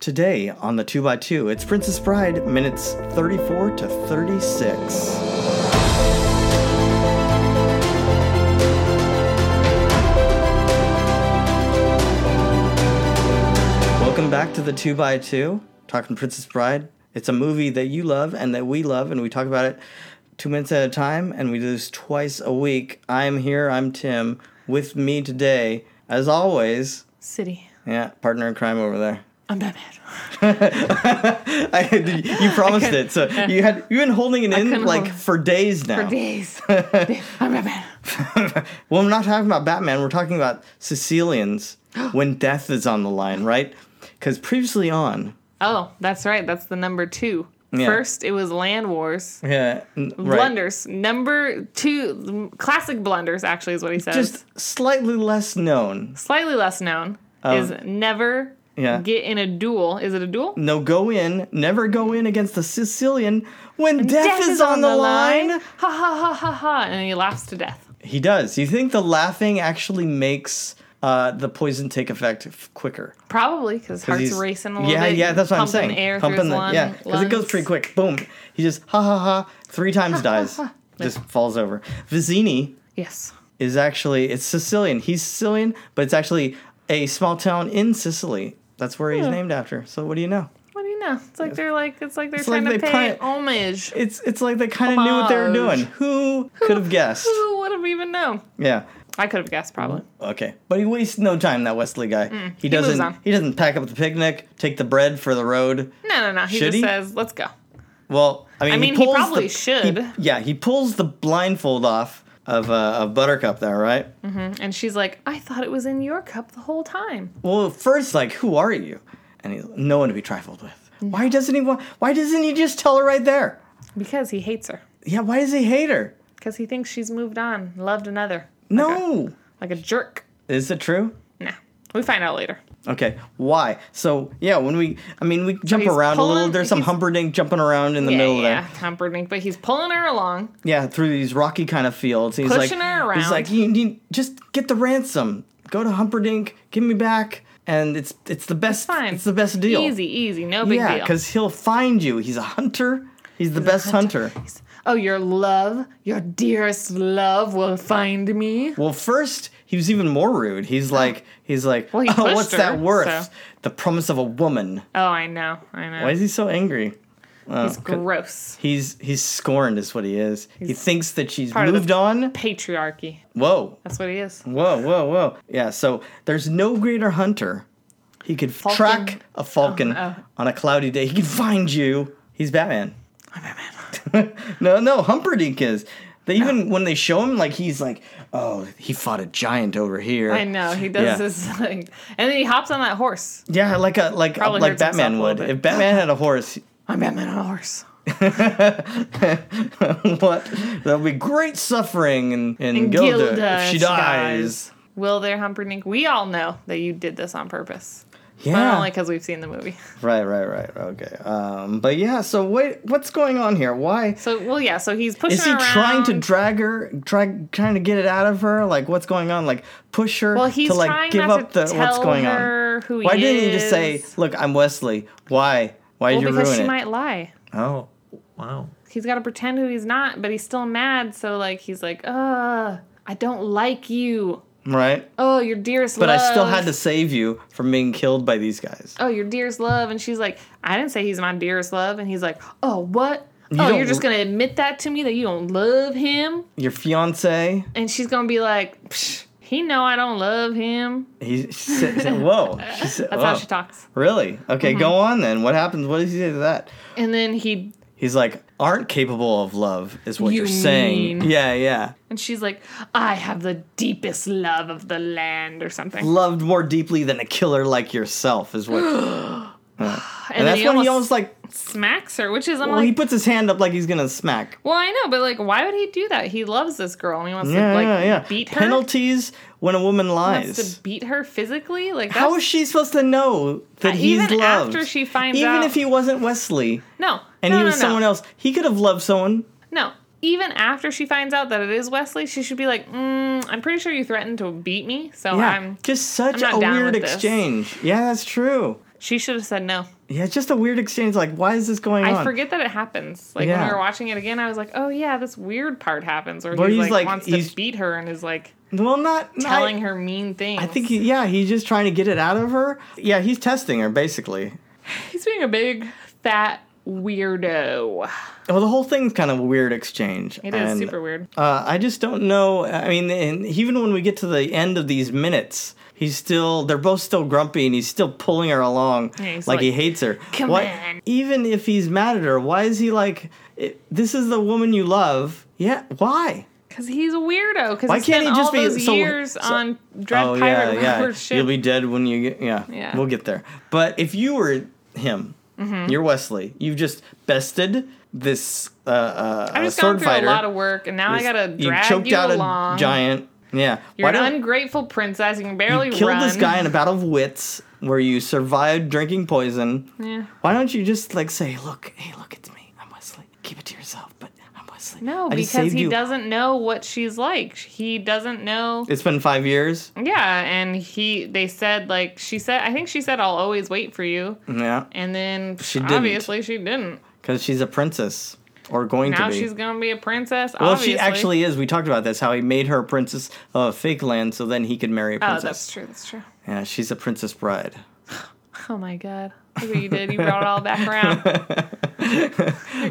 Today on the 2x2, it's Princess Bride, minutes 34 to 36. Welcome back to the 2x2, talking Princess Bride. It's a movie that you love and that we love, and we talk about it two minutes at a time, and we do this twice a week. I'm here, I'm Tim. With me today, as always, City. yeah, partner in crime over there. I'm Batman. I, you promised it, so you had you've been holding it in couldn't like hold- for days now. For days. I'm Batman. Well, we're not talking about Batman. We're talking about Sicilians when death is on the line, right? Because previously on, Oh, that's right. That's the number two. Yeah. First, it was Land Wars. yeah, n- right, Blunders. Number two, classic blunders, actually, is what he says. just slightly less known. Slightly less known is never Oh. Yeah. get in a duel. Is it a duel? No, go in. Never go in against a Sicilian when death, is, on, the, line. Ha ha ha ha ha. And he laughs to death. He does. You think the laughing actually makes uh, the poison take effect f- quicker? Probably because his heart's he's- racing a little yeah, bit. Yeah, that's what I'm pumping saying. Air Pumping through his the- lung, yeah, because it goes lungs. pretty quick. Boom. He just ha ha ha three times dies. Just falls over. Vizzini Yes. is actually it's Sicilian. He's Sicilian, but it's actually a small town in Sicily. That's where he's named after. So what do you know? What do you know? It's like they're like it's like they're like trying they to pay plant- homage. It's it's like they kind of knew what they were Homage. doing. Who could have guessed? Who would have even known? Yeah. I could have guessed probably. Okay, but he wastes no time. That Wesley guy. he Mm. moves doesn't. on. he doesn't pack up the picnic, take the bread for the road. No, no, no. He Should just he? says, "Let's go." Well, I mean, I mean, he pulls probably the- should. he- yeah, he pulls the blindfold off of, uh, of Buttercup there, right? And she's like, "I thought it was in your cup the whole time." Well, first, like, who are you? And he's no one to be trifled with. Why doesn't he want? Why doesn't he just tell her right there? Because he hates her. Yeah, why does he hate her? Because he thinks she's moved on, loved another. No, Like a jerk. is it true? Nah. We find out later. Okay, why? So yeah, when we, I mean, we jump he's around a little. pulling- There's some he's- humperdinck jumping around in the yeah, middle yeah, there. comforting. But he's pulling her along. Yeah, through these rocky kind of fields. He's Pushing like, her he's around. like, you need just get the ransom. Go to Humperdinck, give me back, and it's it's the best. Fine. It's the best deal. Easy, easy. No big Yeah, deal. because he'll find you. He's a hunter. He's the best hunter. oh, your love, your dearest love will find me. Well, first he was even more rude. He's like, he's like, Oh. Well, he oh, pushed what's her, that worth? so- The promise of a woman. Oh, I know. I know. Why is he so angry? Uh, he's gross. He's he's scorned is what he is. he thinks that she's part of the- moved on. Patriarchy. Whoa, That's what he is. Whoa, whoa, whoa. Yeah, so there's no greater hunter. He could track a falcon oh. on a cloudy day. He could find you. He's Batman. I'm Batman. no, no, Humperdinck is. They Oh. even when they show him, like he's like, oh, he fought a giant over here. I know he does Yeah. this like, and then he hops on that horse. Yeah, like a like Probably like hurts himself a Batman would. little bit. If Batman had a horse, I'm Batman on a horse. what? That would be great suffering in, in Gilda, Gilda, if she she dies. dies. Will there, Humperdinck? We all know that you did this on purpose, Yeah. not only because we've seen the movie. Right, right, right. Okay. Um, but yeah, so wait, what's going on here? Why So, well, yeah. So he's pushing. is he her trying to around. drag her, drag, trying to get it out of her? Like, what's going on? Like, push her Well, he's to like trying give not up to the tell what's going on? her who he Why didn't he just is. say, "Look, I'm Wesley. Why? Why Well, did you because ruin she it?" might lie. Oh, wow. He's got to pretend who he's not, but he's still mad. So, like, he's like, "Ugh, I don't like you. Right, Oh, your dearest but love." I still had to save you from being killed by these guys. oh, your dearest love. And she's like, I didn't say he's my dearest love. And he's like, oh, what? oh, don't you're just lo- going to admit that to me that you don't love him? Your fiance, And she's going to be like, Psh, he know I don't love him. he said, "Whoa." She said, That's how "Whoa." she talks. Mm-hmm. Really? Okay, go on then. What happens? What does he say to that? And then he, He's like, aren't capable of love, is what You you are saying. mean. Yeah, yeah. and she's like, I have the deepest love of the land or something. Loved more deeply than a killer like yourself, is what. and And, then that's he when almost he almost like, smacks her, which is, I'm well, he like, puts his hand up like he's gonna smack. well, I know, but like, why would he do that? He loves this girl and he wants Yeah, to like yeah, yeah. beat her. Penalties when a woman He wants lies. to beat her physically. Like, that's, How is she supposed to know that Uh, he's even loved? after she finds Even out- if he wasn't Wesley no, and no, he no, was no. someone else, he could have loved someone. No. Even after she finds out that it is Wesley, she should be like, mm, I'm pretty sure you threatened to beat me, so Yeah, Oh, I'm. just such I'm not a down weird with this. exchange. Yeah, that's true. She should have said no. Yeah, it's just a weird exchange. Like, why is this going on? I forget that it happens. Like when Yeah. we were watching it again, I was like, "Oh yeah, this weird part happens where Where he's, he's, like, like, wants he's- to beat her and is like Well, not not- telling her mean things." I think he, yeah, he's just trying to get it out of her. Yeah, he's testing her basically. he's being a big fat weirdo. Well, the whole thing's kind of a weird exchange. It is and, super weird. Uh, I just don't know. I mean, and even when we get to the end of these minutes, he's still they're both still grumpy and he's still pulling her along he's like, he like, hates her. "Come Why- on." Even if he's mad at her, why is he like "It- this is the woman you love? Yeah, why? Because he's a weirdo. Because Why he spent can't he just all be- those so- years so- on Dread oh Pirate yeah, yeah. Roberts shit. You'll be dead when you get yeah. Yeah. Mm-hmm. We'll get there. But if you were him, you're Wesley. You've just bested this uh, uh, I've just gone sword through fighter. a lot of work, and now I gotta you drag you, choked out along. a giant. Yeah. You're an don't- ungrateful princess. You can barely killed run. this guy in a battle of wits where you survived drinking poison. Yeah. Why don't you just like say, look, hey, look, it's me. I'm Wesley. Keep it to yourself, but I'm Wesley. No, I just because saved he you. doesn't know what she's like. He doesn't know. It's been five years. Yeah, and he they said like she said I think she said I'll always wait for you, Yeah, and then She didn't. obviously she didn't. because she's a princess or going Now to be. she's gonna be a princess. well, obviously. she actually is. We talked about this. How he made her a princess of fake land, so then he could marry a Oh, princess. that's true. That's true. Yeah, she's a princess bride. Oh my god! Look what you did. You brought it all back around. You're good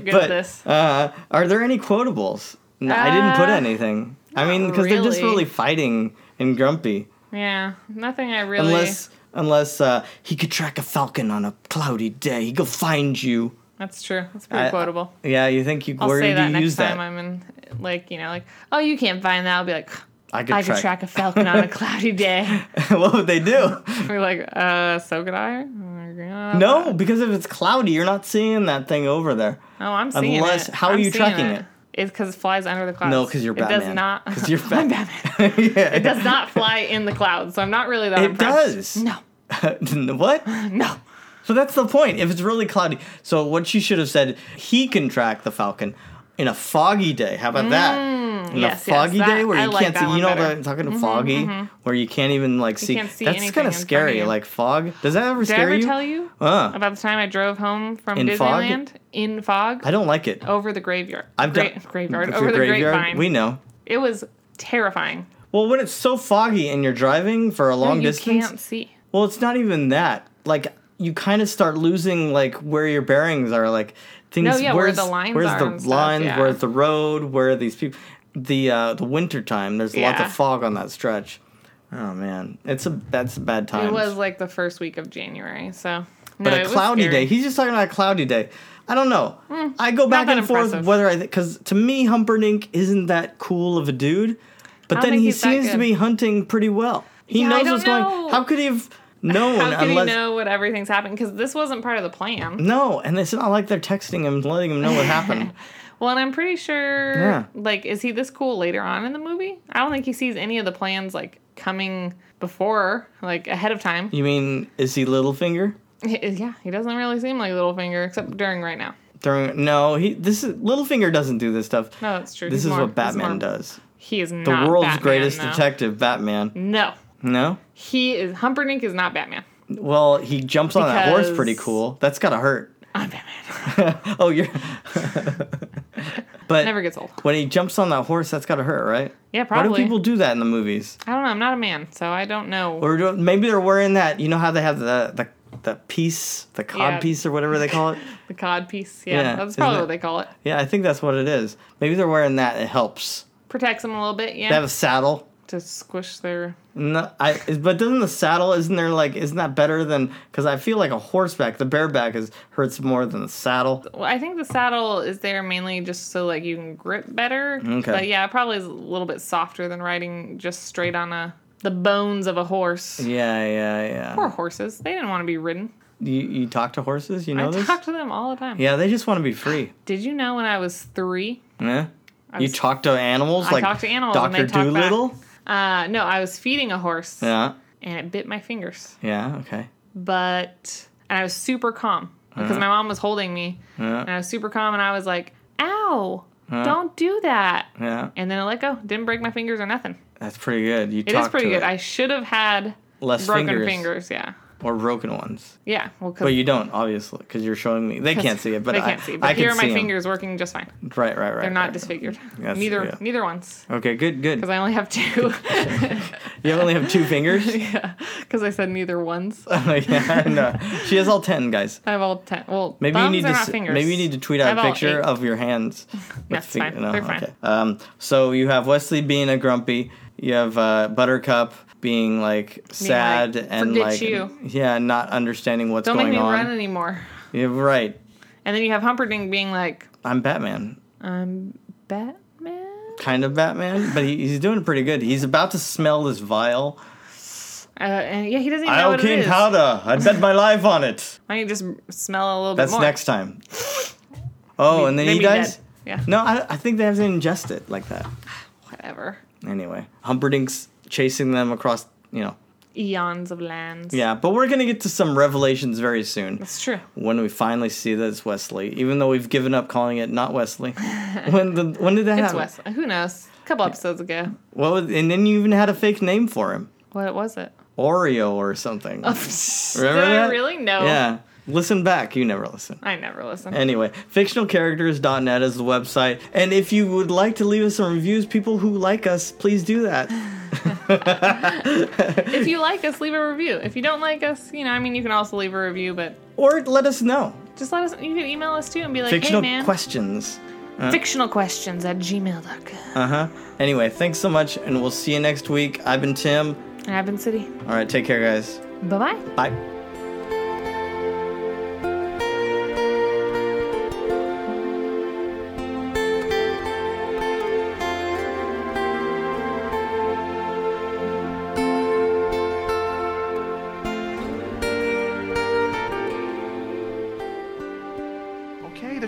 But at this. Uh, are there any quotables? No, I didn't put Uh, anything. I mean, because they're just really. really fighting and grumpy. Yeah, nothing I really. Unless unless uh, he could track a falcon on a cloudy day, he could find you. that's true. That's pretty I- quotable. Yeah, you think you? I'll where say do that you next use time that? I'm in, like, you know, like, oh, you can't find that. I'll be like, I could I could track. track a falcon on a cloudy day. what would they do? We're like, uh, so could I? Uh, No, because if it's cloudy, you're not seeing that thing over there. No, Oh, I'm seeing Unless- it. how are I'm you seeing tracking it? It's because it flies under the clouds. No, because you're Batman. It does not. Because you're I'm Batman. Batman. yeah. It does not fly in the clouds, so I'm not really that It does. impressed. No, what? no. So that's the point. If it's really cloudy, so what she should have said, he can track the falcon in a foggy day. How about that? In Mm, yes, a yes, foggy that- day where I you like can't that see. one You know what better. Mm-hmm, I'm talking to foggy, where you can't even like see. can't see that's anything kind in of front of scary. you. Like fog. Does that ever Did I scare ever you? tell you Uh, about the time I drove home from In fog? Disneyland in fog I don't like it. over the graveyard? I've Gra- done Oh, graveyard If over you're the graveyard, grapevine. We know. It was terrifying. Well, when it's so foggy and you're driving for a long you distance, can't see. well, it's not even that. Like you kind of start losing like where your bearings are, like things. No, yeah, where where's- the lines Where's are the and stuff, lines? yeah. Where's the road? Where are these people? The uh, the winter time. There's lots Yeah. of fog on that stretch. Oh man, it's a that's a bad time. It was like the first week of January, so no, But it a was cloudy scary. Hmm. day. He's just talking about a cloudy day. I don't know. I go back that and forth impressive. whether I because to me Humperdinck isn't that cool of a dude, but don't then think he he's that seems to good. be hunting pretty well. He Yeah, I knows don't what's know. going. How could he have known How could unless you know what everything's happening? Because this wasn't part of the plan. no? And it's not like they're texting him, letting him know what happened. Well, and I'm pretty sure, Yeah. like, is he this cool later on in the movie? I don't think he sees any of the plans like coming before, like ahead of time. you mean is he Littlefinger? Yeah, he doesn't really seem like Littlefinger except during right now. Throwing no, he this is Littlefinger doesn't do this stuff. No, that's true. this He's is more- what Batman he's more- does. He is not The world's Batman, greatest though. Mm. detective, Batman. No, No. he is Humperdinck is not Batman. Well, he jumps on that horse pretty Because- cool. That's gotta hurt. I'm Batman. oh, you're. but Never gets old. when he jumps on that horse, that's gotta hurt, right? Yeah, Why probably. do people do that in the movies? I don't know. I'm not a man, so I don't know. Or do, maybe they're wearing that. You know how they have the the, the piece, the cod Yeah. piece, or whatever they call it. The cod piece. Yeah, Yeah, that's isn't probably it- what they call it. yeah, I think that's what it is. Maybe they're wearing that. It helps. Protects them a little bit, yeah. They have a saddle. to squish their. No, I. But doesn't the saddle? Isn't there like? Isn't that better than? Because I feel like a horseback, the bareback is hurts more than the saddle. Well, I think the saddle is there mainly just so like you can grip better. Okay. But yeah, it probably is a little bit softer than riding just straight on a the bones of a horse. Yeah, yeah, yeah. Poor horses. They didn't want to be ridden. You you talk to horses? You know I this? talk to them all the time. Yeah, they just want to be free. Did you know when I was three? Yeah. You was- talk to animals I like talk to animals and Doctor they talk back. Doolittle. Uh, no, I was feeding a horse Yeah. and it bit my fingers. Yeah. Okay. But and I was super calm because Uh-huh. my mom was holding me and I was super calm and I was like, "Ow! Uh-huh. Don't do that!" Yeah. And then I let go. Didn't break my fingers or nothing. That's pretty good. You It is talk pretty to good. It. I should have had Less broken fingers. fingers. Yeah. or broken ones. Yeah. Well, because But you don't, obviously, because you're showing me. They can't see it, but they I can't see. But I here can are my see 'em. fingers working just fine. Right, right, right. They're not right. disfigured. Yes, neither yeah. neither ones. Okay, good, Because good. I only have two. You only have two fingers. yeah. Because I said neither ones. yeah, no. She has all ten, guys. I have all ten. Well, Maybe you thumbs need are to not s- fingers. maybe you need to tweet I out have a all picture eight. of your hands. with it's fine. They're fine. Um, so you have Wesley being a grumpy. You have uh, Buttercup being like sad and "Forget like you." yeah, not understanding what's Don't going make me on. run anymore. You're right. And then you have Humperdinck being like, I'm Batman. I'm Batman. Kind of Batman, but he, he's doing pretty good. He's about to smell this vial. Uh, and yeah, he doesn't even know what it Iocane is. powder. I bet my life on it. Why don't you just smell a little That's bit more? next time. Oh, and then Maybe he dies. dead. Yeah. No, I, I think they have to ingest it like that. Whatever. Anyway, Humperdinck's chasing them across, you know. Eons of lands. Yeah, but we're going to get to some revelations very soon That's true. when we finally see that it's Wesley, even though we've given up calling it not Wesley. when the when did that It's happen? Wes. Who knows? A couple episodes ago. What was, and then you even had a fake name for him. What was it? Oreo or something. Remember Remember Did I that? really know? Yeah. Listen back, you never listen. I never listen. Anyway, fictionalcharacters.net is the website. And if you would like to leave us some reviews, people who like us, please do that. if you like us, leave a review. If you don't like us, you know, I mean, you can also leave a review, but Or let us know. just let us, you can email us too and be like, Fictional hey, man, questions. fictional questions at gmail.com. Uh huh. Anyway, thanks so much, and we'll see you next week. I've been Tim. And I've been City. All right, take care, guys. Bye bye. Bye. Okay, they're